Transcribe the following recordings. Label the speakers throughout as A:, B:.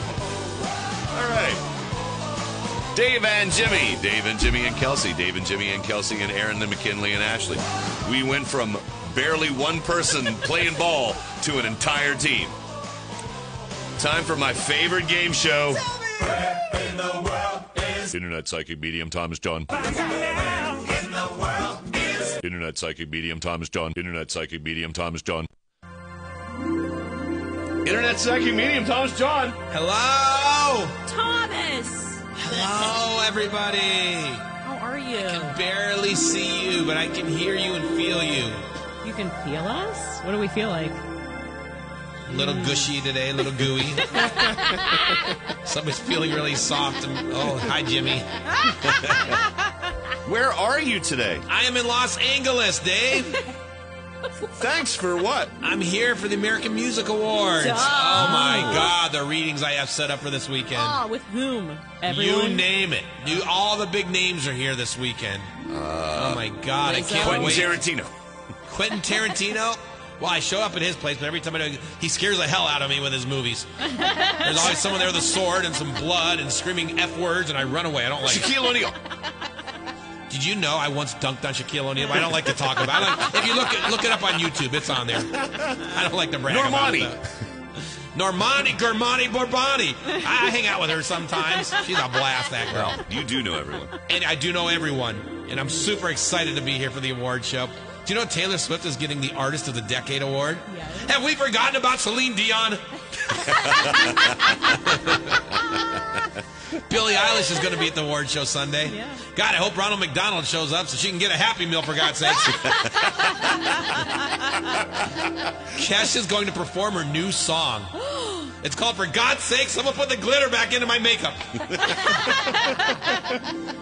A: All right. Dave and Jimmy. Dave and Jimmy and Kelsey. Dave and Jimmy and Kelsey and Aaron and McKinley and Ashley. We went from barely one person playing ball to an entire team. Time for my favorite game show. Internet psychic medium Thomas John. Internet psychic medium Thomas John. Internet psychic medium Thomas John. Internet psychic medium Thomas John.
B: Hello!
C: Thomas!
B: Hello, everybody!
C: How are you?
B: Barely see you, but I can hear you and feel you.
C: you can feel us? What do we feel like?
B: Little gushy today, little gooey. Somebody's feeling really soft. And, oh, hi, Jimmy.
A: Where are you today?
B: I am in Los Angeles, Dave.
A: Thanks for what?
B: I'm here for the American Music Awards.
C: Duh.
B: Oh, my God, the readings I have set up for this weekend.
C: Ah, with whom?
B: You
C: Everyone?
B: name it. You, all the big names are here this weekend. oh, my God, I
C: Uh, Lizzo.
B: can't
A: Quentin
B: wait.
A: Tarantino.
B: Quentin Tarantino. Well, I show up at his place, but every time I do, he scares the hell out of me with his movies. There's always someone there with a sword and some blood and screaming f words, and I run away. I don't like. it.
A: Shaquille O'Neal.
B: Did you know I once dunked on Shaquille O'Neal? I don't like to talk about. it. Like, if you look it, look it up on YouTube, it's on there. I don't like to brag about it.
A: Normani.
B: though. Normani, Germani, Borbani. I hang out with her sometimes. She's a blast, that girl.
A: Oh, You do know everyone.
B: And I do know everyone, and I'm super excited to be here for the award show. Do you know Taylor Swift is getting the Artist of the Decade award?
C: Yes.
B: Have we forgotten about Celine Dion? Billie Eilish is going to be at the award show Sunday.
C: Yeah.
B: God, I hope Ronald McDonald shows up so she can get a Happy Meal for God's sakes. Kesh is going to perform her new song. It's called For God's Sake, Someone Put the Glitter Back Into My Makeup.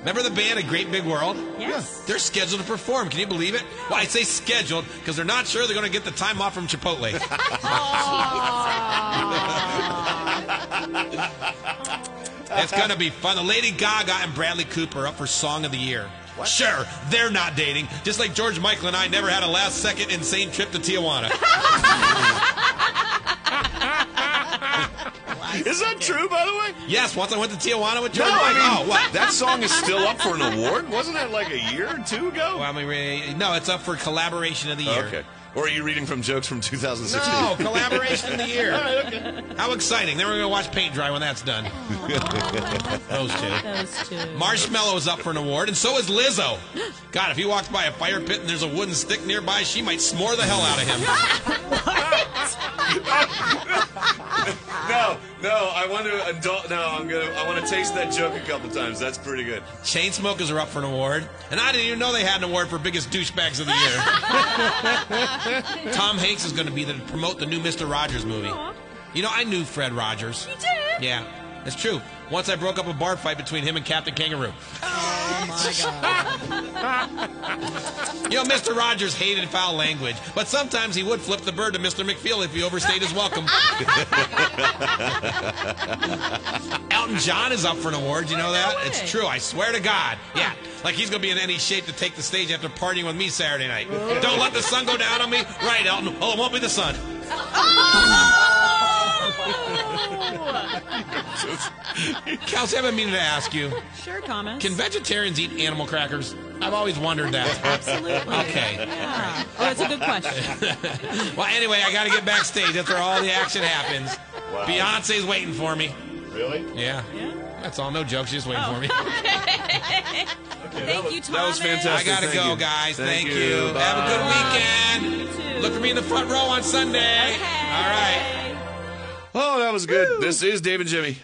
B: Remember the band A Great Big World?
C: Yes.
B: They're scheduled to perform. Can you believe it? Well, I say scheduled because they're not sure they're going to get the time off from Chipotle.
C: Ah.
B: it's going to be fun. The Lady Gaga and Bradley Cooper are up for Song of the Year. Sure, they're not dating. Just like George Michael and I never had a last second insane trip to Tijuana.
A: Is that true, by the way?
B: yes, once I went to Tijuana with
A: No,
B: George
A: I
B: Michael.
A: mean,
B: oh, what?
A: that song is still up for an award. Wasn't that like a year or two ago?
B: Well, I mean, we- no, it's up for collaboration of the year.
A: okay. Or are you reading from jokes from 2016?
B: No, collaboration of the year. How exciting. Then we're going to watch paint dry when that's done. Those two.
C: Those two.
B: Marshmallow is up for an award, and so is Lizzo. God, if he walks by a fire pit and there's a wooden stick nearby, she might s'more the hell out of him.
A: No, no. I want to adult. No, I'm gonna. I want to taste that joke a couple times. That's pretty good.
B: Chainsmokers are up for an award, and I didn't even know they had an award for biggest douchebags of the year. Tom Hanks is going to be there to promote the new Mr. Rogers movie. You know, I knew Fred Rogers.
C: You did?
B: Yeah, that's true. Once I broke up a bar fight between him and Captain Kangaroo. You know, Mr. Rogers hated foul language, but sometimes he would flip the bird to Mr. McFeel if he overstayed his welcome. Elton John is up for an award. You know that?
C: way.
B: It's true. I swear to God. Yeah. Like he's going to be in any shape to take the stage after partying with me Saturday night. Don't let the sun go down on me. Right, Elton. Oh, it won't be the sun. Kelsey, I've been meaning to ask you.
C: Sure, Thomas.
B: Can vegetarians eat animal crackers? I've always wondered that.
C: Absolutely.
B: Okay.
C: Yeah. Oh, that's a good question.
B: Well, anyway, I got to get backstage. That's where all the action happens. Beyonce's waiting for me.
A: Really?
B: Yeah.
C: Yeah.
B: That's all. No jokes. She's waiting for me.
C: Thank you, Thomas.
A: that was
B: I
A: fantastic.
B: got to
A: Thank
B: go,
A: you.
B: guys.
A: Thank
B: Thank,
A: you.
B: you. Have a good
C: You
B: weekend.
C: too.
B: Look for me in the front row on Sunday.
C: Okay.
B: All right.
A: Oh, that was good. This is Dave and Jimmy.